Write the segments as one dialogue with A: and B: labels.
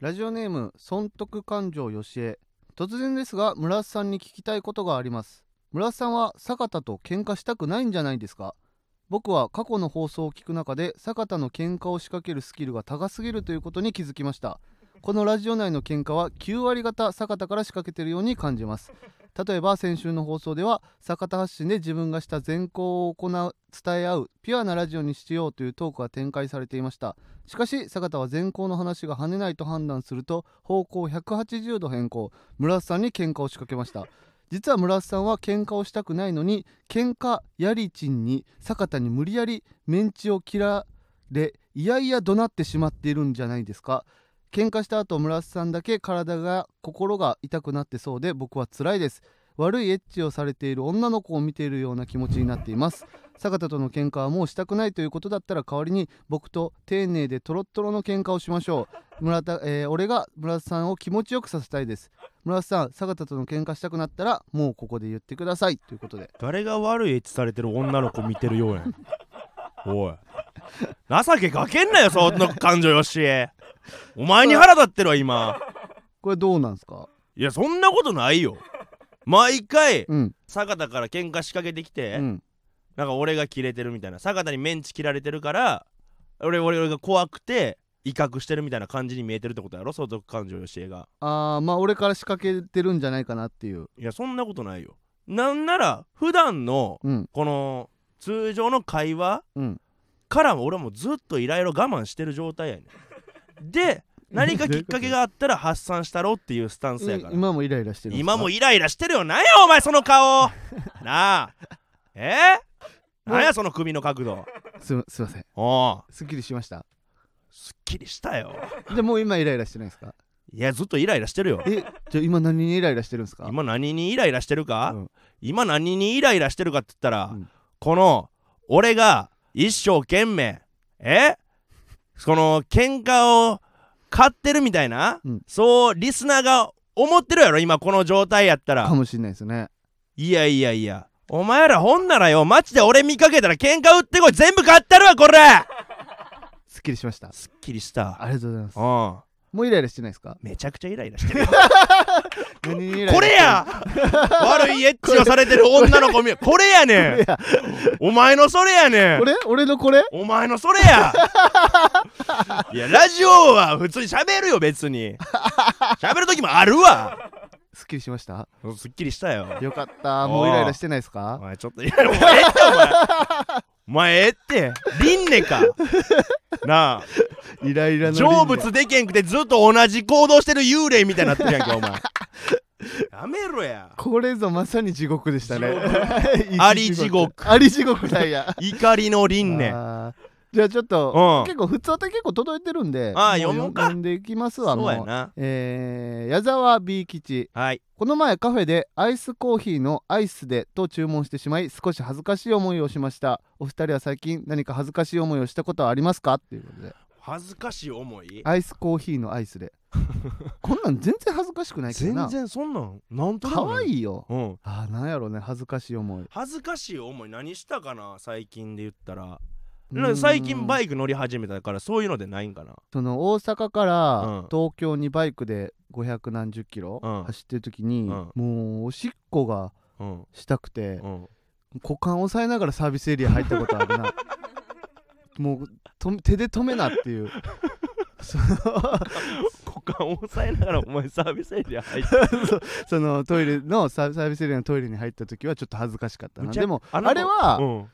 A: ラジオネーム損得勘定よしえ突然ですが村瀬さんに聞きたいことがあります村瀬さんは坂田と喧嘩したくないんじゃないですか僕は過去の放送を聞く中で坂田の喧嘩を仕掛けるスキルが高すぎるということに気づきましたこのラジオ内の喧嘩は9割方坂田から仕掛けてるように感じます例えば先週の放送では坂田発信で自分がした善行を行う伝え合うピュアなラジオにしようというトークが展開されていましたしかし坂田は善行の話が跳ねないと判断すると方向を180度変更村瀬さんに喧嘩を仕掛けました実は村瀬さんは喧嘩をしたくないのに喧嘩やりちんに坂田に無理やりメンチを切られいやいや怒鳴ってしまっているんじゃないですか喧嘩した後村瀬さんだけ体が心が痛くなってそうで僕は辛いです悪いエッチをされている女の子を見ているような気持ちになっています坂田との喧嘩はもうしたくないということだったら代わりに僕と丁寧でトロットロの喧嘩をしましょ う村田、えー俺が村田さんを気持ちよくさせたいです村田さん坂田との喧嘩したくなったらもうここで言ってくださいということで
B: 誰が悪いエッチされてる女の子見てるようやんおい情けかけんなよそんな感情よしえお前に腹立ってるわ今
A: これどうなんですか
B: いやそんなことないよ毎回
A: うん
B: 坂田から喧嘩仕掛けてきて、
A: うん
B: なんか俺がキレてるみたいな坂田にメンチ切られてるから俺俺俺が怖くて威嚇してるみたいな感じに見えてるってことやろ相続感情よしえが
A: あーまあ俺から仕掛けてるんじゃないかなっていう
B: いやそんなことないよなんなら普段の
A: うん
B: この通常の会話
A: うん
B: からも俺はもうずっといろいろ我慢してる状態やねんで何かきっかけがあったら発散したろっていうスタンスやから
A: い今もイライラしてるんですか
B: 今もイライラしてるよなんやお前その顔なあえなんやその首の角度
A: すみすいません
B: おう
A: すっきりしました
B: すっきりしたよ
A: じゃあもう今イライラしてないですか
B: いやずっとイライラしてるよ
A: えじゃあ今何にイライラしてるんですか
B: 今何にイライラしてるか、
A: うん
B: 今何にイライラしてるかって言ったら、
A: うん
B: この俺が一生懸命えその喧嘩を買ってるみたいな、
A: うん
B: そうリスナーが思ってるやろ今この状態やったら
A: かもしれないですね
B: いやいやいやお前らほんならよマジで俺見かけたら喧嘩売ってこい全部買ったるわこれ
A: すっきりしました
B: すっきりした
A: ありがとうございます
B: うん
A: もうイライラしてないですか
B: めちゃくちゃイライ ラしてるよ
A: 何にイライラしてる
B: これ や悪いエッチをされてる女の子見これやね
A: こ
B: ん
A: れ
B: お前のそれやね
A: や
B: ん
A: これ俺のこれ
B: お前のそれ やいやラジオは普通に喋るよ別に喋る時もあるわ
A: すっきりしました
B: すっきりしたよ
A: よかったもうイライラしてないです
B: お
A: か
B: 前ちょっといやお前ええってお前お前ええって輪廻かなあ
A: イライラの輪
B: 成
A: 廻
B: 仏でけんくてずっと同じ行動してる幽霊みたいになってるやんけお前やめろや
A: これぞまさに地獄でしたね
B: あり地獄
A: あり地獄だいや
B: 怒りの輪廻
A: あーじゃあちょっ
B: う
A: と
B: ん
A: 結構普通って結構届いてるんで
B: あー
A: も
B: 読もうか
A: 読んでいきますわ
B: そうや
A: もう
B: な
A: えー矢沢 B 吉
B: はい
A: この前カフェでアイスコーヒーのアイスでと注文してしまい少し恥ずかしい思いをしましたお二人は最近何か恥ずかしい思いをしたことはありますかっていうことで
B: 恥ずかしい思い
A: アイスコーヒーのアイス でこんなん全然恥ずかしくないけど
B: 全
A: な
B: 然そんなんなんと
A: 可愛
B: い
A: いよ
B: うん
A: あーなんやろね恥ずかしい思い
B: 恥ずかしい思い何したかな最近で言ったら
A: うー
B: なん
A: ん
B: か最近バイク乗り始めたからそういうのでないんかな
A: その大阪か
B: うん
A: ら東京にバイクで500何十キロ
B: うん
A: 走ってる時に、
B: うん
A: もうおしっこが
B: うん
A: したくて、
B: うん
A: 股間押さえながらサービスエリア入ったことある なもうと手で止めなって いうその
B: 股間を押さえながらお前サービスエリア入って
A: そのトイレのササービスエリアのトイレに入った時はちょっと恥ずかしかった
B: む
A: な
B: ちゃ
A: でも
B: あ
A: あ
B: の
A: れは、
B: うん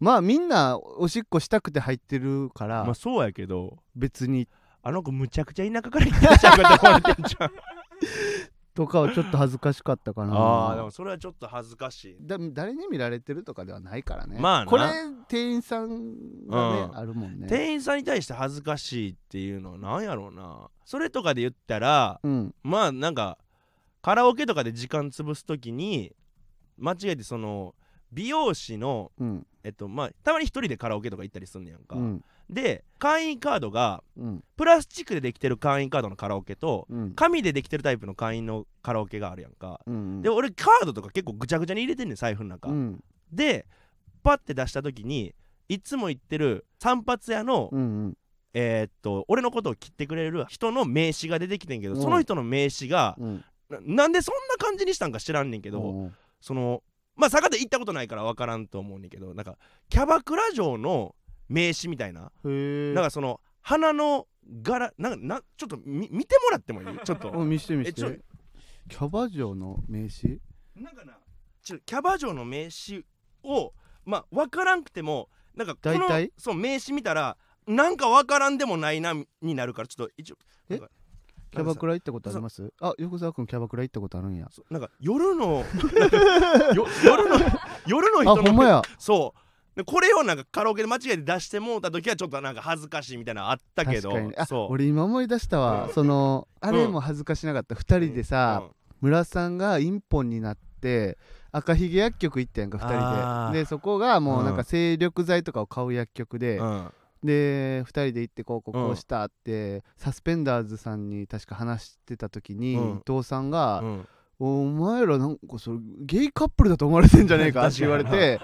A: まあみんなおしっこしたくて入ってるから、
B: まあそうやけど
A: 別に
B: あの子むちゃくちゃ田舎から来てきたって思われてんじゃん
A: とかはちょっと恥ずかしかったかな
B: ああでもそれはちょっと恥ずかしい
A: だ誰に見られてるとかではないからね
B: まあな
A: これ店員さんがね、
B: うん
A: あるもんね
B: 店員さんに対して恥ずかしいっていうのはなんやろうなそれとかで言ったら
A: うん
B: まあなんかカラオケとかで時間潰すときに間違えてその美容師の
A: うん
B: えっとまあたまに一人でカラオケとか行ったりすんねやんか、
A: うん
B: で会員カードが
A: うん
B: プラスチックでできてる会員カードのカラオケと
A: うん
B: 紙でできてるタイプの会員のカラオケがあるやんか、
A: うん
B: で俺カードとか結構ぐちゃぐちゃに入れてんねん財布の中、
A: うん
B: でパッて出した時にいつも行ってる散髪屋の
A: うんうん
B: えーっと俺のことを切ってくれる人の名刺が出てきてんけど、
A: うん
B: その人の名刺が
A: うん
B: ななんでそんな感じにしたんか知らんねんけど、
A: うん
B: そのまあ坂で行ったことないから分からんと思うねんけどなんかキャバクラ城の名刺みたいな、
A: へえ
B: なんかその花の柄なんかなちょっとみ見てもらってもいいちょっと
A: うん見して見し
B: えちょ
A: てキャバ嬢の名刺
B: なんかなちょキャバ嬢の名刺をまあ分からんくてもなんかこの
A: 大体
B: そう名刺見たらなんか分からんでもないなになるからちょっと一応
A: え
B: なんか
A: キャバクラ行ったことありますあ横澤君キャバクラ行ったことあるんや
B: そうなんか夜のなんかよ夜の夜の
A: あ
B: 人
A: ほん
B: の
A: まや
B: そうでこれをなんかカラオケで間違えて出してもうた時はちょっとなんか恥ずかしいみたいなのあったけど
A: 確かにあ
B: そう
A: 俺今思い出したわそのあれも恥ずかしなかった2人でさ、村さんがインポンになって赤ひげ薬局行ったやんか2人
B: あー
A: ででそこがもうなん
B: う
A: か
B: ん
A: 精力剤とかを買う薬局で、
B: うんうん
A: で2人で行ってこうこうこ
B: う
A: うんしたって、サスペンダーズさんに確か話してた時に、
B: うん
A: 伊藤さんが「
B: うん
A: お前らなんかそれゲイカップルだと思われてんじゃねえか」って
B: 確
A: 言わ
B: か
A: れ
B: に
A: て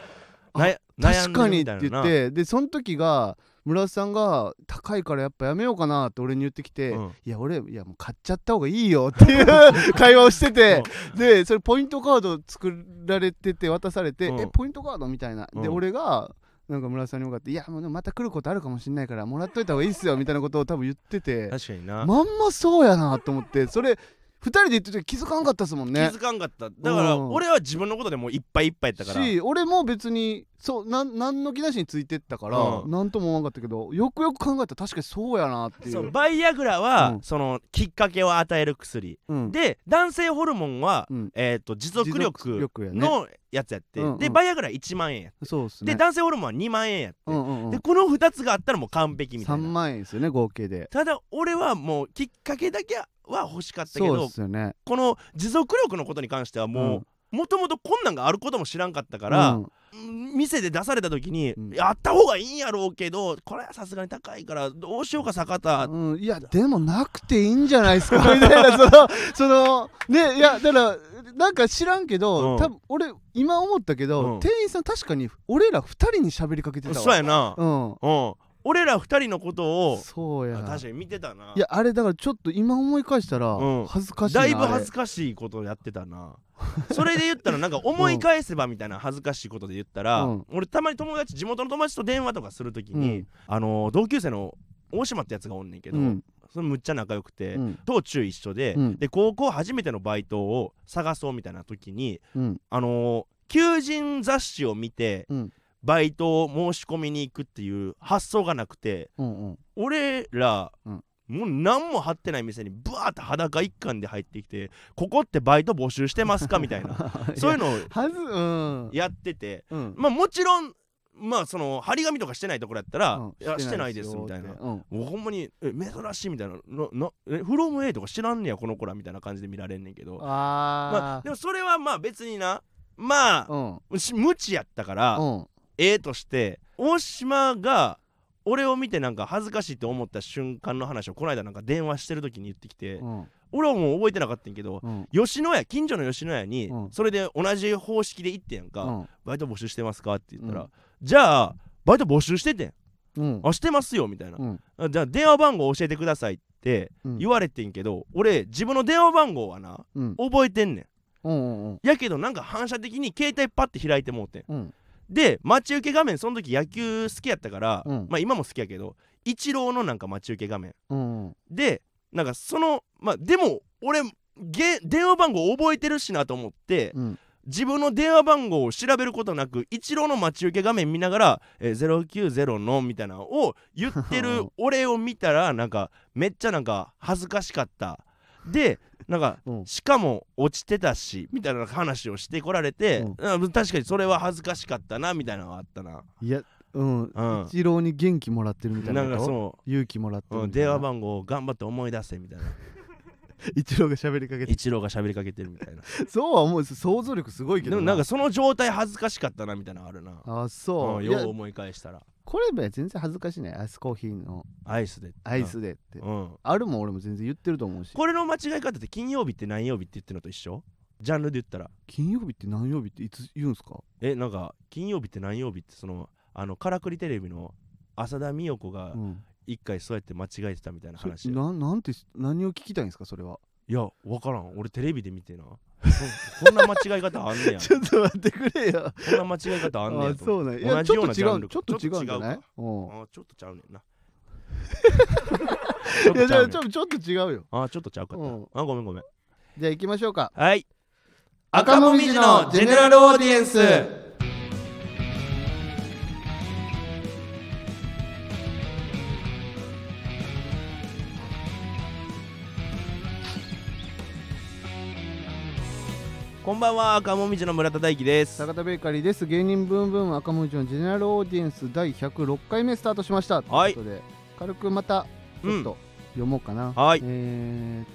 B: な
A: 「
B: 悩
A: 確
B: ん
A: か
B: でる
A: に」っ
B: みた
A: て
B: いな
A: 言ってでその時が村さんが「高いからやっぱやめようかな」って俺に言ってきて「
B: うん
A: いや俺いやもう買っちゃった方がいいよ」っていう会話をしてて。 でそれポイントカード作られてて渡されて「
B: うん
A: えポイントカード?」みたいな、で
B: うん
A: 俺がなんか村田さんに向かって「いやもうでもまた来ることあるかもしんないからもらっといた方がいいっすよ」みたいなことを多分言って
B: うん
A: て
B: 確かにな
A: まんまそうやなと思ってそれ2人で言ってて気づかんかったっすもん
B: 気
A: ね
B: づかんかっただから
A: うん
B: 俺は自分のことでもういっぱいいっぱいやったから
A: し俺も別にそうなん何の気なしについてったから、
B: うん
A: なんとも思わんかったけどよくよく考えたら確かにそうやなってい
B: そう
A: う。
B: バイアグラは、
A: うん
B: そのきっかけを与える薬、
A: うん
B: で男性ホルモンは、
A: うん
B: えー、と持続
A: 持
B: 力
A: 力やね、
B: のやつやって
A: うんうん
B: でバイアグラ1万円やって
A: そうっすね
B: で男性ホルモンは2万円やって、
A: うんうんうん
B: でこの2つがあったらもう完璧みた
A: 3
B: いな
A: 万円ですよね合計で
B: ただ俺はもうきっかけだけは欲しかったけ
A: そう
B: ど
A: っすよね
B: この持続力のことに関してはもうもともと困難があることも知らんかったか、
A: から
B: 店で出された時に、
A: うん
B: やった方がいいんやろうけどこれはさすがに高いからどうしようか坂田、
A: うん、いやでもなくていいんじゃないですかみたいなそのそのねいやだからなんか知らんけど、
B: うん
A: 多分俺今思ったけど、
B: うん
A: 店員さん確かに俺ら二人に喋りかけてたわ
B: そうやな、
A: うん
B: うん、俺ら二人のことを
A: そうや
B: あ確かに見てたない
A: やあれだからちょっと今思い返したら
B: うん
A: 恥ずかしいな、
B: だいぶ恥ず
A: か
B: かしいことをやってたな それで言ったらなんか思い返せばみたいな恥ずかしいことで言ったら、
A: うん
B: 俺たまに友達地元の友達と電話とかするときに、
A: うん
B: あのー同級生の大島ってやつがおんねんけど、
A: うん
B: それむっちゃ仲良くて、
A: うん
B: 当中一緒で、
A: うん
B: で高校初めてのバイトを探そうみたいな時に
A: うん
B: あのー求人雑誌を見て、
A: うん
B: バイトを申し込みに行くっていう発想がなくて、
A: うんうん
B: 俺ら、
A: うん
B: もう何も貼ってない店にブワーって裸一貫で入ってきて「ここってバイト募集してますか?」み たいなそういうのを
A: はずうん
B: やってて
A: うん
B: まあもちろんまあその張り紙とかしてないところやったら「
A: うん
B: いやしてないです」みたい
A: っ
B: な
A: て。うん
B: もうほんまに「え珍しい」みたいな「ななえフロム A とか知らんねやこの子ら」みたいな感じで見られんねんけどまあ
A: あ
B: でもそれはまあ別になま
A: ーうん
B: あし無知やったから、
A: うん
B: ええとして大島が俺を見てなんか恥ずかしいって思った瞬間の話をこの間なんか電話してる時に言ってきて、
A: うん
B: 俺はもう覚えてなかったんやけど、
A: うん
B: 吉野家近所の吉野家に、
A: うん
B: それで同じ方式で行ってんやんか、
A: うん
B: バイト募集してますかって言ったら、
A: うん
B: じゃあバイト募集しててん
A: うん
B: あしてますよみたいな、
A: うん
B: あじゃあ電話番号教えてくださいって
A: うん
B: 言われてんけど、俺自分の電話番号はな
A: うん
B: 覚えてんね
A: うんうん
B: んやけどなんか反射的に携帯パッて開いてもうてん
A: うん
B: で待ち受け画面その時野球好きやったから、
A: うん
B: まあ今も好きやけどイチローのなんか待ち受け画面
A: うんうん
B: でなんかそのまあでも俺げ電話番号覚えてるしなと思って
A: うん
B: 自分の電話番号を調べることなくイチローの待ち受け画面見ながら「えー090の」みたいなのを言って る俺を見たらなんかめっちゃなんか恥ずかしかったでなんか
A: うん
B: しかも落ちてたしみたいな話をしてこられて、うん確かにそれは恥ずかしかったなみたいなのがあったな、
A: いやうん
B: うん、
A: 一郎に元気もらってるみたいな
B: な
A: こ
B: ん
A: と
B: かその、
A: 勇気もらってる
B: う
A: み
B: ん
A: たい
B: 電
A: な
B: 話番号を頑張って思い出せみ たいな
A: 一郎が喋りかけて
B: 一郎が喋りかけてるみたい な
A: そうは思うです想像力すごいけ
B: で
A: ど
B: もなんかその状態恥ずかしかったなみたいなのあるな、
A: あ
B: う
A: そ
B: ん、
A: うい
B: よ
A: や
B: う思い返したら
A: これば全然恥ずかしないアイスコーヒーの
B: アイスで
A: アイスでって
B: うん、うん
A: あるもん俺も全然言ってると思うし
B: これの間違い方って金曜日って何曜日って言ってるのと一緒ジャンルで言ったら
A: 金曜日って何曜日っていつ言うんすか
B: えなんか金曜日って何曜日ってそのあのからくりテレビの浅田美代子が
A: うん
B: 一回そうやって間違えてたみたいな
A: それ
B: 話
A: ななんて何を聞きたいんですかそれは
B: いや分からん俺テレビで見てなそこんな間違い方あんねや
A: ちょっと待ってくれよ
B: こんな間違い方あんねや
A: あ
B: と
A: そ
B: 思
A: う
B: っ
A: ね
B: て
A: いや
B: 同
A: ち
B: じ
A: ょ
B: よ
A: っと違う
B: うなジャンル
A: ちょっと違うんじゃない
B: か
A: うん
B: あちょっとちゃうね んな
A: いやちょ
B: ちょっとちゃうねん
A: ちょっと違うよ
B: あちょっとちゃうかった、
A: うん
B: あごめんごめん
A: じゃあ行きましょうか
B: はい
A: 赤もみじのジェネラ
B: ルオーディエンスこんばんは赤もみじの村田大樹です
A: 坂田ベーカリーです芸人ブームブーム赤文字のジェネラルオーディエンス第106回目スタートしましたと
B: は
A: いう
B: い
A: ことで軽くまたちょっと読もうかな、
B: はい
A: えー、っ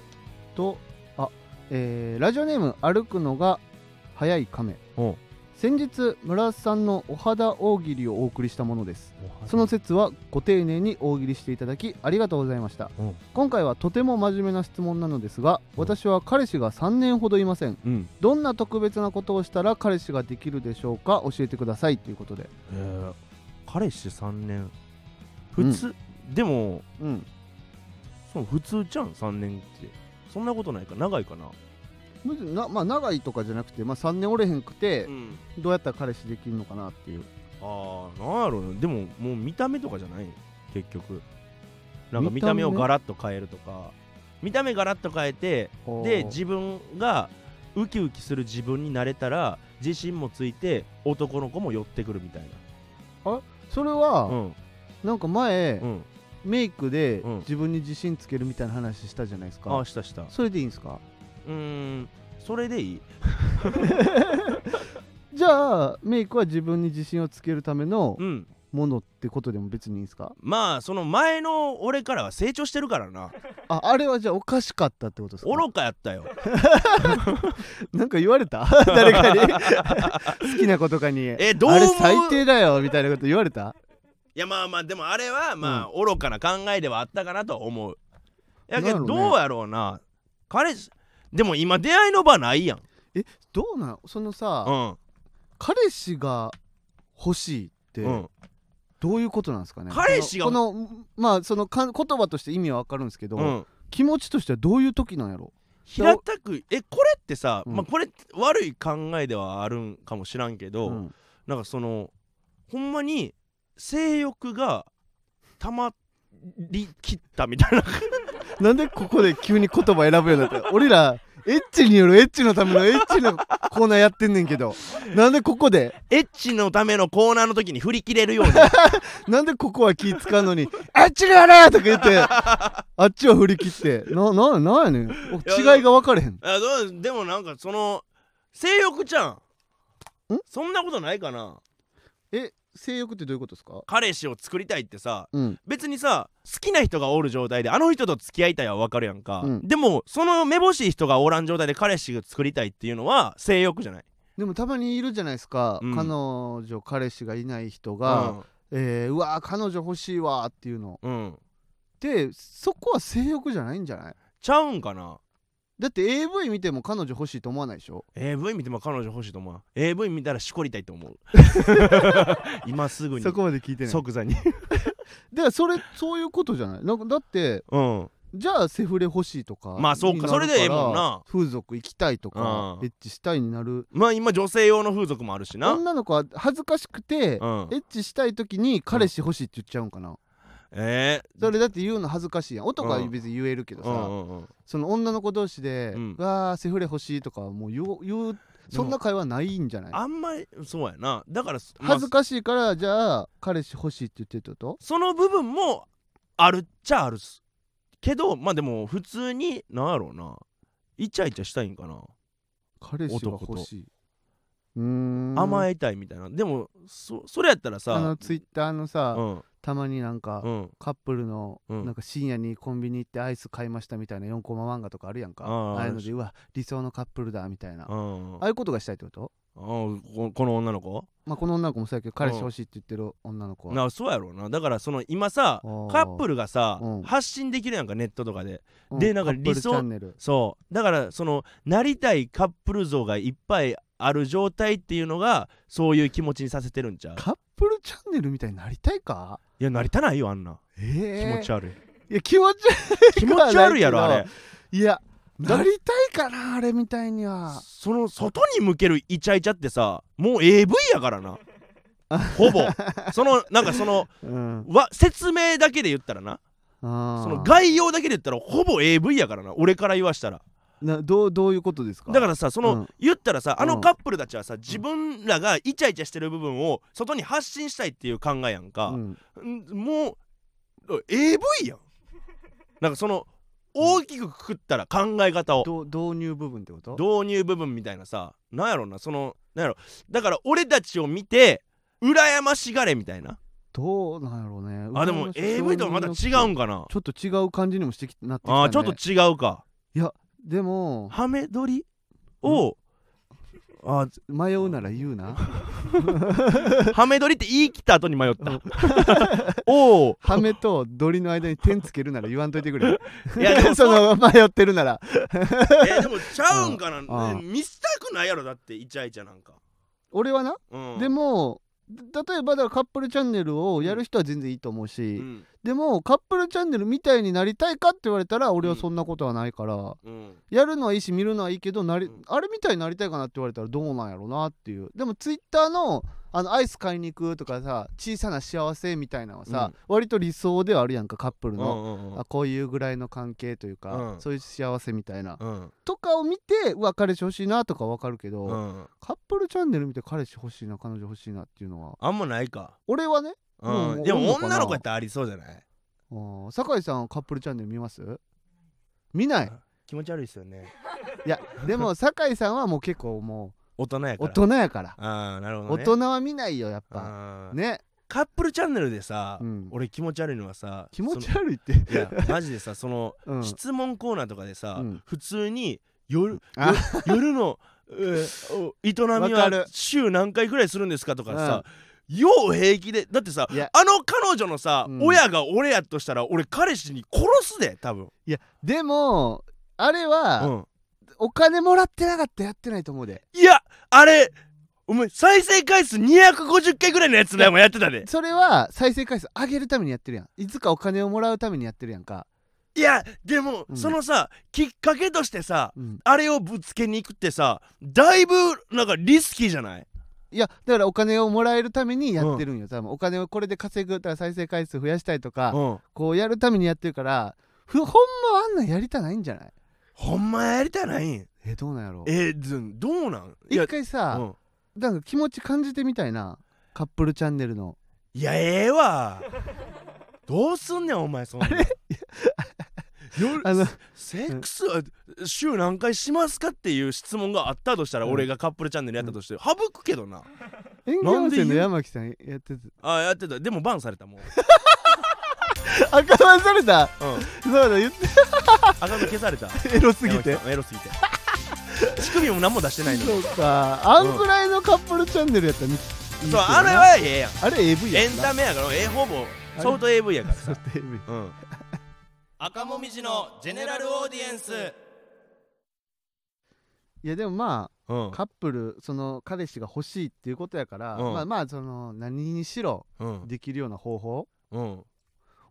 A: とあえーラジオネーム歩くのが早い亀
B: おう
A: 先日村瀬さんのお肌大喜利をお送りしたものですその説はご丁寧に大喜利していただきありがとうございました
B: うん
A: 今回はとても真面目な質問なのですが私は彼氏が3年ほどいません
B: うん
A: どんな特別なことをしたら彼氏ができるでしょうか教えてくださいということで
B: えー彼氏3年普通、でも
A: うん
B: その普通じゃん3年ってそんなことないか長いかな
A: むずなまあ長いとかじゃなくて、まあ、3年おれへんくて
B: ん
A: どうやったら彼氏できるのかなっていう
B: ああなんやろうなでももう見た目とかじゃない結局なんか見
A: 見た
B: た
A: 目
B: 目をガラッと変えるとか見た目ガラッと変えてで自分がウキウキする自分になれたら自信もついて男の子も寄ってくるみたい
A: それ
B: なう
A: は、
B: ん
A: なんか前、
B: うん
A: メイクで
B: うん
A: 自分に自信つけるみたいな話したじゃないですか、
B: ああしたしたう
A: それでいいんですか
B: ーんそれでいい
A: じゃあメイクは自分に自信をつけるための
B: うん
A: ものってことでも別にいいんですか
B: まあその前の俺からは成長してるからな
A: ああれはじゃあおかしかったってことですか
B: 愚かやったよ
A: なんか言われ た誰かに好きな子とかに
B: えどう
A: あ
B: 思
A: れ
B: う
A: 最低だよみたいなこと言われた
B: いやまあまあでもあれはまあ愚かな考えではあったかなとは思うや
A: な
B: けど
A: るほどね
B: どうやろうな彼氏でも今出会いの場ないやん
A: どうなんそのさ、
B: うん
A: 彼氏が欲しいって
B: うん
A: どういうことなんですかね、
B: 彼氏が
A: このこのまあそのか言葉として意味はわかるんですけど、
B: うん
A: 気持ちとしてはどういう時なんやろ
B: 平たくえこれってさ
A: うん
B: まあこれ悪い考えではあるんかもしらんけ
A: う
B: ど
A: ん
B: なんかそのほんまに性欲がたまりきったみたいな
A: なんでここで急に言葉選ぶようになった俺らエッチによるエッチのためのエッチのコーナーやってんねんけどなんでここで
B: エッチのためのコーナーの時に振り切れるように
A: なんでここは気使うのに「あっちにやれ!」とか言ってあっちは振り切ってなななんやねんお
B: や
A: 違いが分かれへん
B: あどうでもなんかその性欲ちゃん
A: ん
B: そんなことないかな
A: え性欲ってどういうことですか
B: 彼氏を作りたいってさ
A: うん
B: 別にさ好きな人がおる状態であの人と付き合いたいは分かるやんか、
A: うん
B: でもそのめぼしい人がおらん状態で彼氏を作りたいっていうのは性欲じゃない
A: でもたまにいるじゃないですか、
B: うん
A: 彼女彼氏がいない人が、えーうわー彼女欲しいわーっていうの
B: うん、うん、
A: でそこは性欲じゃないんじゃない
B: ちゃうんかな
A: だって AV 見ても彼女欲しいと思わないでしょ
B: AV 見ても彼女欲しいと思う AV 見たらしこりたいと 思う今すぐに
A: そこまで聞いてない
B: 即座に
A: だからそれそういうことじゃないなんかだって
B: うんうん
A: じゃあセフレ欲しいとか
B: まあそうか
A: になる
B: それでええもんな
A: 風俗行きたいとか
B: うん
A: エッチしたいになる
B: まあ今女性用の風俗もあるしな
A: 女の子は恥ずかしくて
B: うん
A: エッチしたい時に彼氏欲しいって言っちゃうんかな
B: えー、
A: それだって言うの恥ずかしいやん男は別に言えるけど
B: う
A: さ
B: んうんうん
A: その女の子同士で
B: うん
A: 「うわーセフレ欲しい」とかはもう言う言うそんな会話ないんじゃない
B: あんまりそうやなだから、まあ
A: 恥ずかしいからじゃあ彼氏欲しいって言ってるってこと
B: その部分もあるっちゃあるっすけどまあでも普通になんやろうなイチャイチャしたいんかな
A: 彼氏が欲しいうーん
B: 甘
A: え
B: えたいみたいなでもそそれやったら
A: あ
B: さ
A: のツイッターのさ
B: うん
A: たまになんか
B: うん
A: カップルの
B: うん
A: なんか深夜にコンビニ行ってアイス買いましたみたいな4コマ漫画とかあるやんか
B: あー
A: ああいうの
B: ある
A: でうわ理想のカップルだみたいなあ
B: うん
A: あいうことがしたいってこと
B: うんここの女の子
A: まあこの女の子もそうやけど彼氏欲しいって言ってる女の子は
B: なそうやろうなだからその今さ
A: あー
B: カップルがさ
A: うん
B: 発信できるやんかネットとかで
A: う
B: でなんか
A: カップル
B: 理想
A: チャンネル
B: そうだからそのなりたいカップル像がいっぱいある状態っていうのがそういう気持ちにさせてるんちゃう
A: カップルチャンネルみたいになりたいか
B: いやなりたないよあんな
A: え
B: 気
A: ー
B: 持 ち悪い
A: いや気持ち
B: 気持ち悪いやろあ
A: ないけど
B: れ
A: いや
B: だ
A: なりたいかなあれみたいには
B: その外に向けるイチャイチャってさもう AV やから なほぼそのなんかその
A: うん
B: わ説明だけで言ったらな
A: そ
B: その概要だけで言ったらほぼ AV やからな俺から言わしたら
A: などうどういうことですか
B: だからさその、
A: うん
B: 言ったらさあ
A: う
B: の
A: ん
B: カップルたちはさ自分らがイチャイチャしてる部分を外に発信したいっていう考えやんか、
A: うん
B: んもう AV やんなんかその大きくくくったら考え方を
A: ど導入部分ってこと
B: 導入部分みたいなさなんやろなそのなんやろだから俺たちを見て羨ましがれみたいな
A: どうなんやろうね
B: あでも AV とはまた違うん
A: か
B: かな
A: ちょっと違う感じにもしてきなってきた、ね、
B: あーちょっと違うか
A: でも
B: ハメ撮りをあー
A: 迷うなら言うな
B: ハメ撮りって言い切った後に迷った おお
A: ハメとドリの間に点つけるなら言わんといてくれ
B: いや でも
A: そ
B: そう
A: の迷ってるなら
B: え ーでもちゃうんかな
A: あー
B: ね見せたくないやろだってイチャイチャなんか
A: 俺はな、
B: うん
A: でも例えばだからカップルチャンネルをやる人は全然いいと思うし、
B: うん
A: でもカップルチャンネルみたいになりたいかって言われたら俺はそんなことはないから、
B: うん
A: やるのはいいし見るのはいいけどなり、
B: うん
A: あれみたいになりたいかなって言われたらどうなんやろうなっていうでもツイッターのあのアイス買いに行くとかさ小さな幸せみたいなのはさ、割と理想ではあるやんかカップル
B: うん
A: の、
B: うんうん
A: あこういうぐらいの関係というか、
B: うん
A: そういう幸せみたいな、
B: うん
A: とかを見てうわ彼氏欲しいなとかわかるけど、
B: うん
A: カップルチャンネル見て彼氏欲しいな彼女欲しいなっていうのは
B: あんまないか
A: 俺はね
B: うん
A: うん
B: でも
A: おんのかな
B: 女の子やったらありそうじゃない
A: うん酒井さんカップルチャンネル見ます見ない
B: 気持ち悪いですよね
A: いやでも酒井さんはもう結構も
B: 大人や
A: う
B: か
A: 大
B: ら
A: 人やから
B: ああなるほど
A: 大
B: ね
A: 人は見ないよやっぱ
B: あー
A: ね
B: カップルチャンネルでさ、
A: うん
B: 俺気持ち悪いのはさ
A: 気持ち
B: そ
A: 悪いって
B: のいやマジでさその、
A: うん
B: 質問コーナーとかでさ、
A: うん
B: 普通に夜
A: あ
B: 夜の、えーお営み
A: わかる
B: は週何回ぐらいするんですかとかさ、よう平気でだってさ
A: いや
B: あの彼女のさ、
A: うん
B: 親が俺やとしたら俺彼氏に殺すで多分、
A: でもあれ
B: う
A: は
B: ん、
A: お金もらってなかったらやってないと思うで
B: いやあれお前再生回数250回ぐらいのやつでもやってたで
A: それは再生回数上げるためにやってるやんいつかお金をもらうためにやってるやんか、
B: いやでも、
A: うん
B: そのさきっかけとしてさ
A: うん、
B: あれをぶつけに行くってさだいぶなんかリスキーじゃない
A: いやだからお金をもらえるためにやってるんよ多分お金をこれで稼ぐだから再生回数増やしたいとか
B: うん
A: こうやるためにやってるからふほんまはあんなんやりたないんじゃない
B: ほんまやりたないん
A: えどうなんやろう
B: えずんどうなんいや
A: 一回さ、
B: うん
A: なんか気持ち感じてみたいなカップルチャンネルの
B: いやええわどうすんねんお前そんな 夜
A: あの
B: セックスは週何回しますかっていう質問があったとしたら、
A: うん
B: 俺がカップルチャンネルやったとして、省くけどな
A: 演技温泉の山木さんやって
B: あやってたでもバンされたもう、
A: た赤番された
B: うん、
A: そうだ言っ
B: 赤く消された
A: てエロすぎて
B: 山口さんエロすぎて 乳首も何も出してないの に
A: そうかあんぐらいのカップルチャンネルやったら見いいけ
B: そう
A: どな
B: あれはええやん
A: あれ AV や
B: エ
A: ん
B: ン
A: な
B: タメやからええほぼソフト AV やから
A: そ
B: さ
A: う AV
B: うん赤もみじのジェネラルオーディエンス
A: いやでもま
B: うん
A: あカップルその彼氏が欲しいっていうことやから、
B: うん
A: まあまあその何にしろ
B: うん
A: できるような方法
B: うん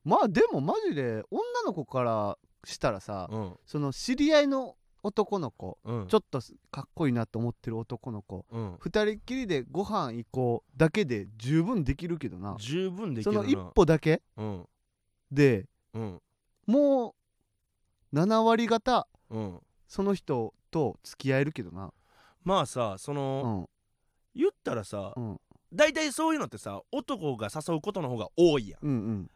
A: まあでもマジで女の子からしたらさ、
B: うん
A: その知り合いの男の子
B: うん
A: ちょっとかっこいいなと思ってる男の子
B: うん
A: 2人っきりでご飯行こうだけで十分できるけどな
B: 十分でき
A: そ
B: るな
A: の一歩だけ
B: うん
A: で
B: うん
A: もう7割方
B: うん
A: その人と付き合えるけどな
B: まあさそうの
A: ん
B: 言ったらさ
A: うんうん
B: 大体そういうのってさ男が誘うことの方が多いやん
A: うん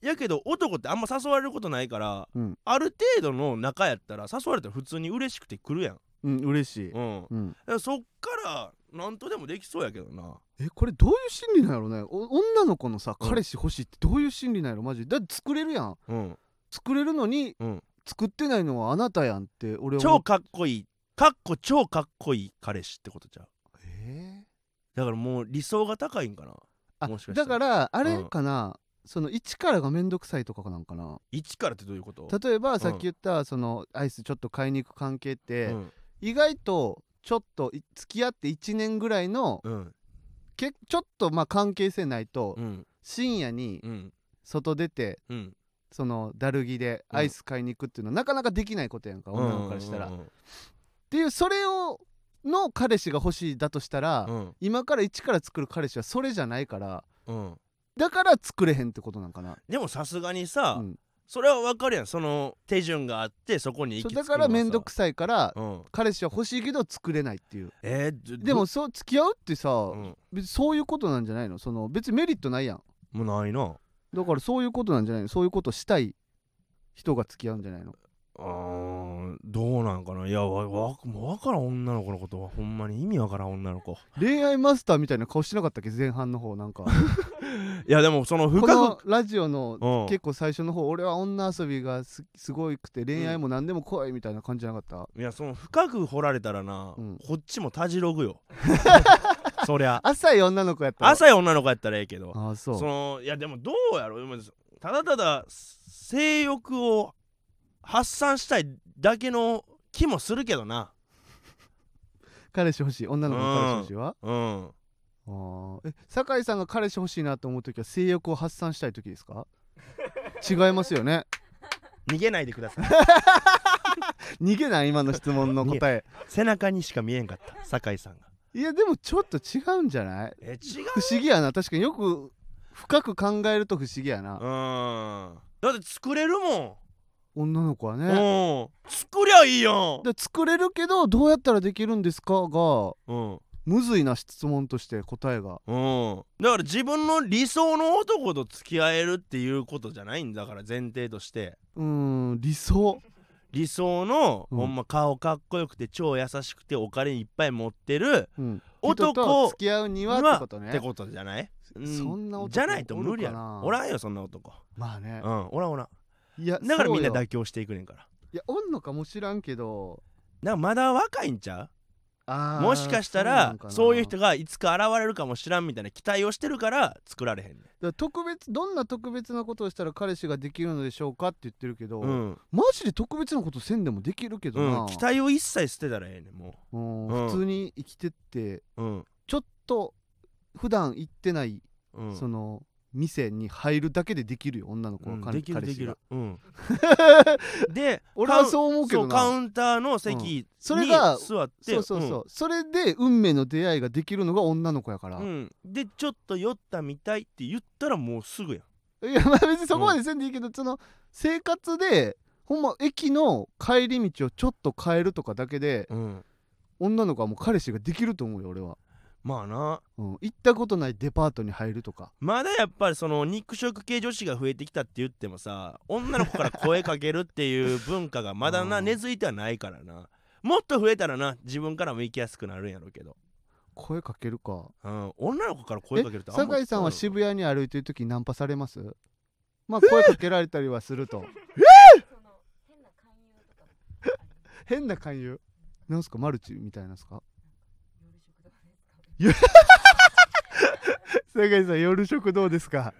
B: やけど男ってあんま誘われることないから
A: うん
B: ある程度の仲やったら誘われたら普通に嬉しくて来るやん
A: うん嬉しい
B: うん
A: うん
B: だからそっからなんとでもできそうやけどな
A: えこれどういう心理なんやろねお女の子のさ
B: うん
A: 彼氏欲しいってどういう心理なんやろマジでだって作れるやん
B: うん
A: 作れるのに
B: うん
A: 作ってないのはあなたやんって俺は思
B: 超
A: う
B: かっこいいかっこ超かっこいい彼氏ってことじゃう
A: えー
B: だからもう理想が高いんかな
A: あ
B: もしかした
A: だ
B: ら
A: からあれかなその一からがめんどくさいとかなんかな
B: 一からってどういうこと
A: 例えば
B: ん
A: さっき言ったそのアイスちょっと買いに行く関係って、
B: うん
A: 意外とちょっとい付き合って1年ぐらいの
B: うん
A: けちょっとまあ関係性ないと
B: うん
A: 深夜に
B: うん
A: 外出て
B: うん
A: そのだるぎで
B: うん
A: アイス買いに行くっていうのはなかなかできないことやんか女の子からしたら。
B: う
A: っ
B: ん
A: ていうそれをの彼氏が欲しいだとしたら、
B: うん
A: 今から一から作る彼氏はそれじゃないから
B: うんうん
A: だから作れへんってことなんかな。
B: でもさすがにさ、
A: うん
B: それはわかるやんその手順があってそこに行
A: そう
B: き着くの
A: だ
B: は
A: から面倒く
B: さ
A: さいから、
B: うん
A: 彼氏は欲しいけど作れないっていう
B: えーど
A: でもそう付き合うってさ、
B: うん
A: 別にそういうことなんじゃないのその別にメリットないやん
B: もうないな
A: だからそういうことなんじゃないのそういうことしたい人が付き合うんじゃないの
B: うーんどうなんかないやわわもうわからん女の子のことはほんまに意味わからん女の子
A: 恋愛マスターみたいな顔してなかったっけ前半の方なんか
B: いやでもその
A: こ
B: 深
A: の
B: く
A: ラジオの
B: うん
A: 結構最初の方俺は女遊びがすすごいくて恋愛も何でも怖いみたいな感じじゃなかった、
B: いやその深く掘られたらな、
A: うん
B: こっちもたじろぐ よそりゃ
A: 浅い女の子やったら
B: 浅い女の子やったらええけど
A: ああそう
B: そのいやでもどうやろでもただただ性欲を発散したいだけの気もするけどな
A: 彼氏欲しい女の子の彼氏欲しいは、
B: うん
A: ああえ酒井さんが彼氏欲しいなと思う時は性欲を発散したい時ですか違いますよ ね
B: 逃げないでく ださい
A: 逃げない今の質問の答え
B: 背中にしか見えんかった酒井さんが
A: いやでもちょっと違うんじゃない
B: え違
A: 不
B: う
A: 思議やな確かによく深く考えると不思議やな、
B: うんだって作れるも
A: 女の子は
B: ん、
A: ね、
B: うん作りゃいいやん
A: で作れるけどどうやったらできるんですかが
B: うん
A: むずいな質問として答えが
B: うん、だから自分の理想の男と付き合えるっていうことじゃないんだから前提として
A: うーん理想
B: 理想の、
A: うん
B: ほんま顔かっこよくて超優しくてお金いっぱい持ってる
A: うん人
B: 男
A: と付き合うにはってことね
B: ってことじゃない、う
A: そんな男
B: じゃないと無理や
A: おるか
B: ろ
A: な
B: おらんよそんな男
A: まあね
B: う、んおらんおらん
A: いや
B: だからみんな
A: そうよ
B: 妥協していくねんからだか
A: いやおんのかも知らんけど
B: らまだ若いんちゃう
A: あー
B: もしかした
A: うな
B: ら
A: んか
B: そう
A: な
B: いう人がいつか現れるかもしらんみたいな期待をしてるから作られへんねん
A: だから特別どんな特別なことをしたら彼氏ができるのでしょうかって言ってるけど、
B: うん、
A: マジで特別なことせんでもできるけどな、
B: うん、期待を一切捨てたらええねんも
A: うん
B: うん
A: 普通に生きてって
B: ううん
A: ちょっと普段行ってない、
B: うん
A: その店に入るだけでできるよ女の子
B: う
A: は
B: ん
A: 彼,、
B: できる
A: 彼
B: で
A: 氏
B: きる
A: が、
B: うん で
A: 俺は
B: カウン
A: そう思うけ
B: そ
A: ど
B: うカ
A: な
B: ウンターの席に
A: それが
B: 座って
A: そうそうそう、それで運命の出会いができるのが女の子やから、
B: うんうんでちょっと酔ったみたいって言ったらもうすぐやん
A: いやまあ別にそこまでせんでいいけど、その生活でほんま駅の帰り道をちょっと変えるとかだけで
B: うん、
A: 女の子はもう彼氏ができると思うよ俺は、
B: まあな
A: うん、行ったことないデパートに入るとか
B: まだやっぱりその肉食系女子が増えてきたって言ってもさ女の子から声かけるっていう文化がまだな
A: うん
B: 根付いてはないからなもっと増えたらな自分からも行きやすくなるんやろうけど、
A: 声かけるか
B: うん、女の子から声
A: え
B: かけるとあんま
A: 酒井さんは
B: うん
A: 渋谷に歩いてる時ナンパされますまあ声かけられたりはすると、
C: その変な勧誘とかも
A: 変な勧誘なんすかマルチみたいなんすか
C: 夜食堂ですか
A: 酒井さん夜食どうですか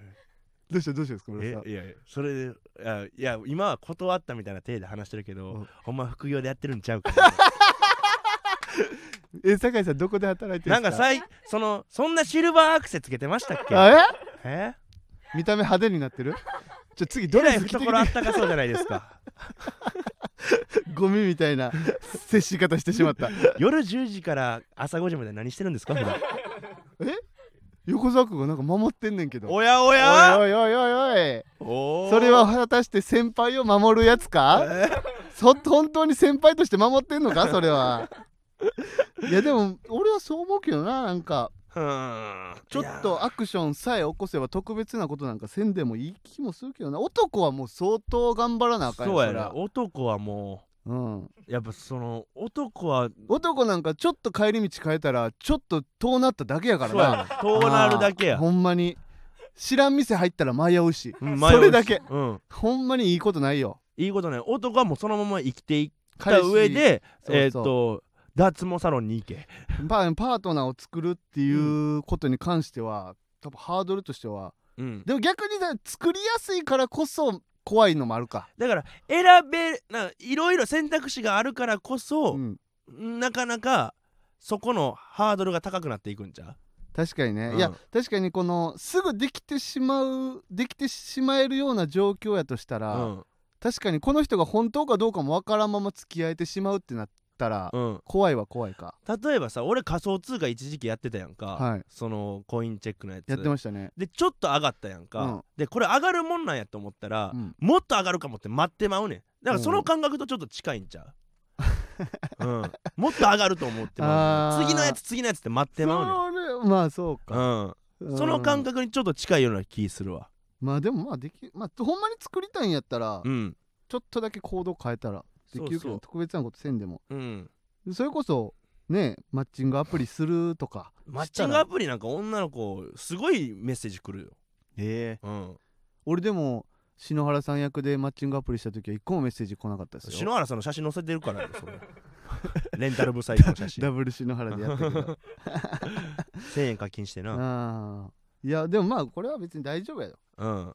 A: どうしたどうしたんですか村
B: え
A: 田さん
B: いやいやそれでいやいや今は断ったみたいな体で話してるけど、
A: うん
B: ほんま副業でやってるんちゃう かな
A: え酒井さんどこで働いてる
B: なんん
A: ですか
B: かさいそのそんなシルバーアクセつけてましたっけ
A: あえ
B: え
A: 見た目派手になってるちょ次
B: ど
A: ドレ
B: れ
A: ス着てきて
B: 懐あったかそうじゃないで すか
A: ゴミみたいな接し方してしま った
B: 夜10時から朝5時まで何してるんですか普段
A: 横澤君がなんか守ってんねんけどおい
B: おやおや
A: おいおいおいおい
B: おー
A: それは果たして先輩を守るやつか
B: えー
A: そ本当に先輩として守ってんのかそれはいやでも俺はそう思うけどななんか
B: うーん
A: ちょっとアクションさえ起こせば特別なことなんかせんでもいい気もするけどな男はもう相当頑張ら
B: い
A: な
B: や
A: あかん
B: そうや
A: そら
B: な男はも
A: うん、
B: うやっぱその男は
A: 男なんかちょっと帰り道変えたらちょっと遠なっただけやから
B: そうや
A: な
B: な遠なるだけや
A: ほんまに知らん店入ったら迷うし
B: うん
A: それだけ
B: うん
A: ほんまにいいことないよ
B: いいことない男はもうそのまま生きていった
A: 彼氏
B: 上で
A: そうそう
B: えーっと脱毛サロンに行け
A: パパートナーを作るっていうことに関しては多分ハードルとしては
B: うん
A: でも逆にだ作りやすいからこそ怖いのもあるか、
B: だから選べないろいろ選択肢があるからこそ、
A: うん
B: なかなかそこのハードルが高くなっていくんちゃ
A: 確かにね、
B: うん
A: いや確かにこのすぐできてしまうできてしまえるような状況やとした
B: う
A: ら、
B: ん
A: 確かにこの人が本当かどうかもわからんまま付き合えてしまうってなったら、
B: うん
A: 怖いは怖いか
B: 例えばさ俺仮想通貨一時期やってたやんか、
A: はい
B: そのコインチェックのやつ
A: やってましたね、
B: でちょっと上がったやんか、
A: うん
B: でこれ上がるもんなんやと思ったら
A: う、ん、
B: もっと上がるかもって待ってまうねんだからその感覚とちょっと近いんちゃう、うん、 もっと上がると思ってまう
A: あ
B: ねん
A: ー
B: 次のやつ次のやつって待ってま
A: それまあそう
B: うね
A: か、
B: ん、うん、その感
A: 覚
B: 覚にちょっと近いような気するわ
A: まあでもまあできまあほんまに作りたいんやったら、
B: うん
A: ちょっとだけ行動変えたらできるけ
B: そうそ
A: ど
B: う
A: 特別なことせんでも
B: うん
A: それこそねマッチングアプリするとか
B: マッチングアプリなんか女の子すごいメッセージくるよ、
A: え
B: うん、
A: 俺でも篠原さん役でマッチングアプリした時は一個もメッセージ来なかったです
B: 篠
A: よ
B: 原さんの写真載せてるからよそれ レンタルブサイクの写真
A: ダブル篠原でや ったけど
B: 1000円課金してな
A: あーいやでもまあこれは別に大丈夫やよ
B: うん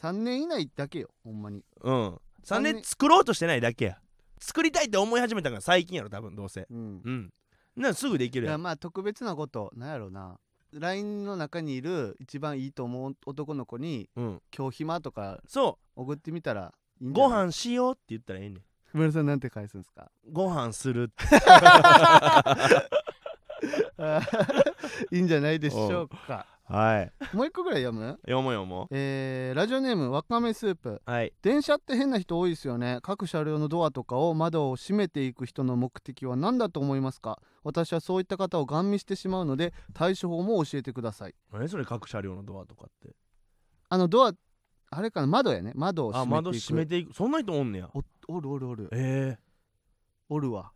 A: 3年以内だけよほんまに
B: うん3
A: 三年
B: 年作ろうとしてないだけや作りたいって思い始めたのが最近やろ多分どうせ
A: うん
B: うんなんかすぐでき
A: い
B: るや
A: や
B: ん
A: まあ特別なことなんやろうな LINE の中にいる一番いいと思う男の子に
B: うん
A: 「今日暇」とか
B: そ
A: 送ってみたらいい
B: うん
A: じゃ
B: ご
A: ない
B: 飯しようって言ったらええねん
A: 村さんなんて返すんですか
B: ご飯するって
A: あー いいんじゃないでしょうか
B: はい
A: もう一個ぐらい読む
B: 読もう読も
A: えーラジオネームわかめスープ
B: うはい
A: 電車って変な人多いですよね各車両のドアとかを窓を閉めていく人の目的は何だと思いますか私はそういった方をガン見してしまうので対処法も教えてください
B: 何それ各車両のドアとかって
A: あのドアあれかな窓やね窓を閉
B: あ
A: めていく
B: 窓閉めていくそんな人おんねや
A: おおるおるおる
B: ええ
A: おるわ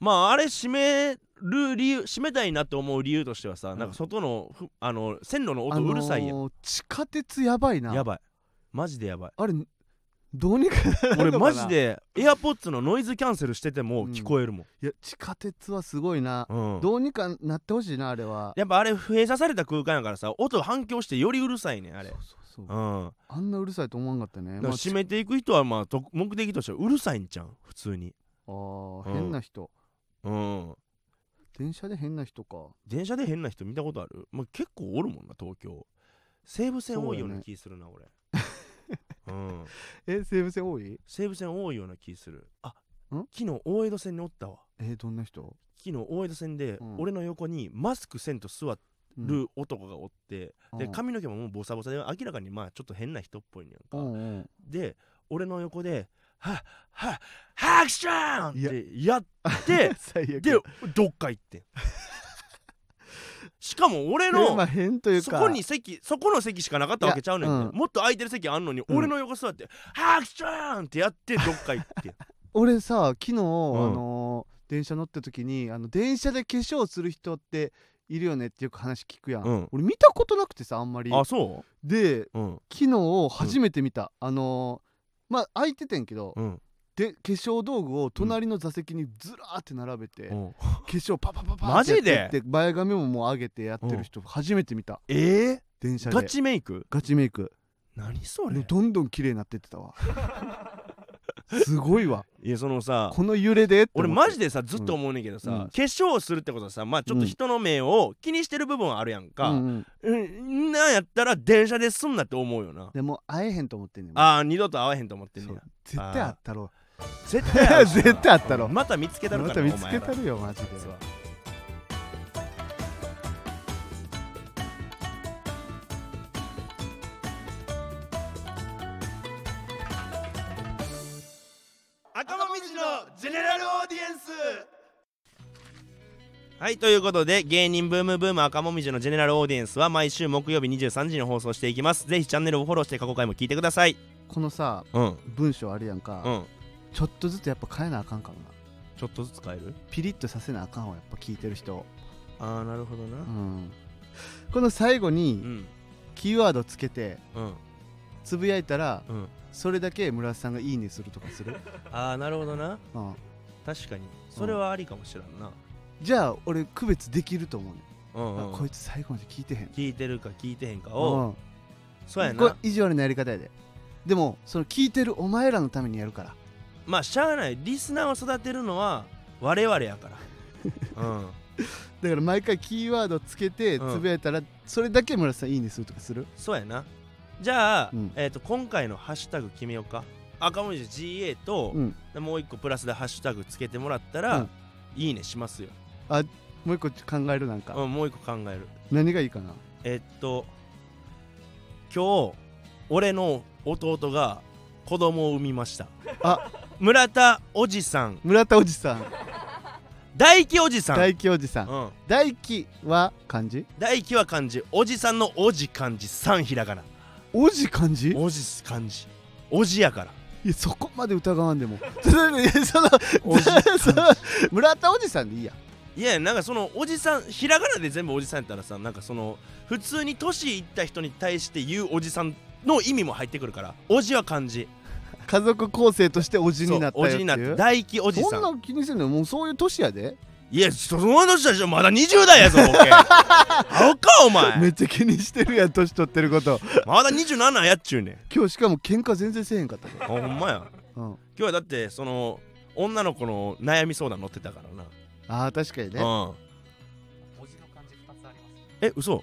B: まああれ閉める理由閉めたいなって思う理由としてはさ、
A: うん
B: なんか外のふあの線路の
A: あ
B: 音
A: のー
B: うるさいやん、
A: 地下鉄やばいな
B: やばいマジでやばい
A: あれ どうにかならんのかな
B: 俺マジで AirPods のノイズキャンセルしてても聞こえるもん、
A: いや地下鉄はすごいな、
B: うん
A: どうにかなってほしいなあれは
B: やっぱあれ閉鎖された空間やからさ音反響してよりうるさいねんあれ
A: そうそうそう
B: うん
A: あんなうるさいと思わんかったね
B: だから
A: まあ
B: 閉めていく人はまあと目的としてはうるさいんじゃん普通に
A: あー
B: うん
A: 変な人、
B: うん
A: 電車で変な人か
B: 電車で変な人見たことある、まあ、結構おるもんな東京西武線多いような気するな、俺うん
A: え西武線多い
B: 西武線多いような気するあ
A: ん
B: 昨日大江戸線におったわ
A: えどんな人、
B: 昨日大江戸線で
A: うん
B: 俺の横にマスクせんと座
A: うん
B: る男がおって、
A: うん
B: で髪の毛ももうボサボサで明らかにまあちょっと変な人っぽいねんか、
A: うんうん
B: で俺の横で「はっはっハクション!」ってやって
A: 最悪
B: でどっか 行ってんしかも俺
A: まあ
B: の
A: 変という
B: そ
A: か
B: こに席そこの席しかなかったわけちゃうねん
A: いや
B: て、
A: うん
B: もっと空いてる席あんのに、
A: うん
B: 俺の横座って「ハクション!」ってやってどっか行ってん
A: 俺さ昨日、あのー電車乗った時にあの電車で化粧する人っているよねってよく話聞くやん、
B: うん
A: 俺見たことなくてさあんまり
B: あそ
A: で
B: ううん
A: 昨日初めて見た、あのーまあ空いててんけど、
B: うん
A: で化粧道具を隣の座席にずらーって並べて、
B: う
A: 化
B: ん
A: 粧パパパパ
B: マジで
A: ってやって前髪ももう上げてやってる人初めて見た、
B: え
A: 電車
B: ー、
A: で
B: ガチメイク
A: ガチメイク
B: 何そ
A: で
B: れ
A: どんどん綺麗になってって たわすごいわ
B: いやそのさ
A: この揺れでって思
B: 俺
A: って
B: マジでさずっと思うねんけどさ、
A: うん
B: 化粧するってことはさまあちょっと人の目を気にしてる部分はあるやんか、
A: うんうん
B: うん、なんやったら電車ですんなって思うよな
A: でも会えへんと思ってんねん
B: ああ二度と会わへんと思ってんね
A: そ
B: ん
A: う絶対あったろ
B: 絶対会う
A: 絶対あったろ
B: また見つけたる
A: ま
B: か
A: た
B: ら
A: 見つけた
B: お前
A: るよマジで
B: らそう赤もみじのジェネラルオーディエンスはいということで芸人ブームブーム赤もみじのジェネラルオーディエンスは毎週木曜日23時に放送していきますぜひチャンネルをフォローして過去回も聞いてください
A: このさ
B: うん
A: 文章あるやんか、
B: うん
A: ちょっとずつやっぱ変えなあかんからな
B: ちょっとずつ変える
A: ピリッとさせなあかんわやっぱ聞いてる人
B: ああなるほどな
A: うんこの最後
B: う
A: に
B: ん
A: キーワードつけて
B: うん
A: つぶやいたら
B: うん
A: それだけ村瀬さんが「いいね」するとかする、
B: ああなるほどな
A: うん、
B: 確かにそれはありかもしらんな、
A: じゃあ俺区別できると思うね、
B: うんうん
A: あこいつ最後まで聞いてへん
B: 聞いてるか聞いてへんかを、
A: うん
B: そうや
A: こ
B: な
A: れ意地悪なやり方やででもその聞いてるお前らのためにやるから
B: まあしゃあないリスナーを育てるのは我々やからうん
A: だから毎回キーワードつけて
B: うん
A: つぶやいたら、それだけ村瀬さんいいねするとかする
B: そうやなじゃあ、
A: うん
B: えー、と今回のハッシュタグ決めようか赤文字 GA と
A: う、ん
B: でもう一個プラスでハッシュタグつけてもらったら、
A: うん
B: いいねしますよ、
A: もう一個考えるなんか、
B: うん、もう一個考える
A: 何がいいかな
B: えっと今日俺の弟が子供を産みました
A: あ
B: 村田おじさん
A: 村田おじさん
B: 大輝おじさん
A: 大輝おじさん
B: うん、
A: 大輝は漢字
B: 大輝は漢字おじさんのおじ漢字三ひらがな
A: おじ漢字
B: おじ漢字おじやから
A: いやそこまで疑わんで もそのいやその
B: おじ
A: その村田おじさんでいいや
B: いやなんかそのおじさんひらがなで全部おじさんやったらさなんかその普通に年いった人に対して言うおじさんの意味も入ってくるからおじは漢字
A: 家族構成としておじになったよ
B: そうお
A: って
B: じになっ
A: い
B: て
A: う
B: 大輝おじ
A: そ
B: さん
A: んなん気にせんのもうそういう年やで
B: いや、その年だし、まだ20代やぞ、 ボケ。あおか、お前。
A: めっちゃ気にしてるやん年取ってる こと
B: まだ27やっちゅうねん。
A: 今日しかも喧嘩全然せえへんかったで
B: あほんまや。
A: うん、
B: 今日はだって、その、女の子の悩み相談載ってたからな。
A: あー確かにね
B: うん。
D: 文字の漢字二つあります。
B: え、嘘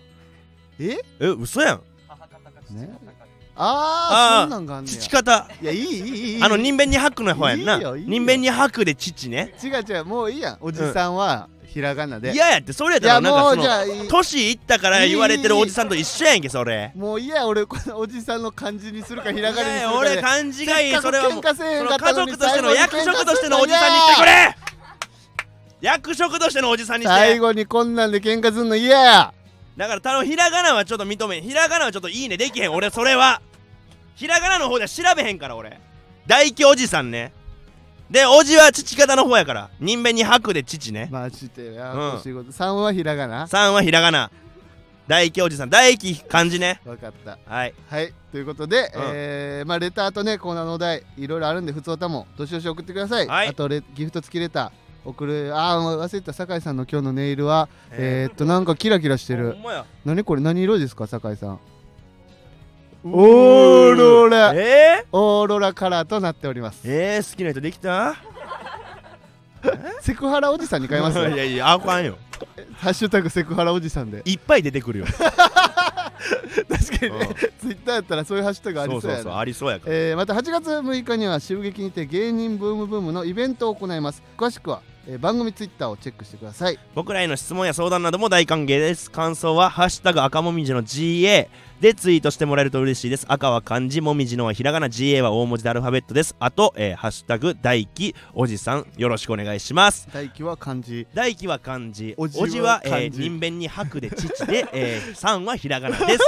A: え
B: え、嘘やん。
D: 母方か父方かで。
A: あー
B: あー
A: そんなんがあんねや
B: 父方。
A: いやいいいいいい
B: あの、人弁二白の方やん
A: いい
B: な。
A: よいいよ
B: 人弁二白で父ね。
A: 違う違うもういいやんおじさんはひらがなで、
B: 嫌やって、それやっ
A: い
B: たら、
A: や
B: なん
A: も
B: か
A: う
B: そ
A: じ
B: の、
A: ゃあいい
B: 年いったから言われてるおじさんと一緒やんけ、それ。
A: もういいや俺このおじさんの漢字にするかひらがなに
B: い
A: す
B: や
A: るかで
B: 俺、漢字がいい、それはもう
A: せ。っかく喧嘩せえへ
B: そ
A: ん
B: の
A: かった
B: 家
A: のに
B: 族としての役職としてのおじさんにしてくれ役職としてのおじさんにして
A: 最後にこんなんで喧嘩すんの嫌や
B: だから頼むひらがなはちょっと認めんひらがなはちょっといいねできへん俺それはひらがなの方では調べへんから俺大輝おじさんねでおじは父方の方やから人弁に白で父ね
A: マジでや、
B: うん
A: 仕事3はひらがな
B: 3はひらがな大輝おじさん大輝漢字ね
A: 分かった
B: はい
A: はいということで、
B: うん
A: えーまあ、レターとねコーナーのお題いろいろあるんで普通歌もどしどし送ってください、
B: はい
A: あとレギフト付きレター送るあー忘れてた酒井さんの今日のネイルはえー、っとなんかキラキラしてる
B: ほんまや
A: 何これ何色ですか酒井さん
B: お
A: オーロラ
B: えー、
A: オーロラカラーとなっております
B: えー、好きな人できた
A: セクハラおじさんに変えます
B: い
A: よ
B: やいやあかんよ
A: ハッシュタグセクハラおじさんで
B: いっぱい出てく るよ
A: 確か
B: う
A: に
B: ん
A: ねツイッターやったらそういうハッシュタグあ
B: そ
A: り
B: う
A: そう
B: そう
A: や
B: そう
A: な
B: ありそうやから
A: えーまた8月6日には襲撃にて芸人ブームブームのイベントを行います詳しくは、えー番組ツイッターをチェックしてください
B: 僕らへの質問や相談なども大歓迎です感想は「ハッシュタグ赤もみじの GA」でツイートしてもらえると嬉しいです赤は漢字もみじのはひらがな GA は大文字でアルファベットですあと、えーハッシュタグ大輝おじさん」よろしくお願いします
A: 大輝は漢字
B: 大輝は漢字
A: おじは
B: おじはえ
A: 漢
B: ー
A: 字
B: 人弁に白で 父で、えー、さんはひらがなです、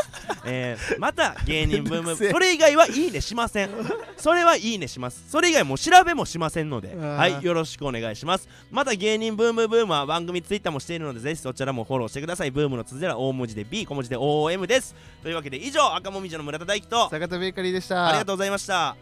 B: えーまた芸人ブー
A: めんど
B: ム
A: くせえ
B: それ以外はいいねしませんそれはいいねしますそれ以外もう調べもしませんので
A: うわー
B: はいよろしくお願いしますまた芸人ブームブームは番組ツイッターもしているのでぜひそちらもフォローしてくださいブームの続きは大文字で B 小文字で OM ですというわけで以上赤もみじの村田大樹と
A: 坂田ベーカリーでした
B: ありがとうございました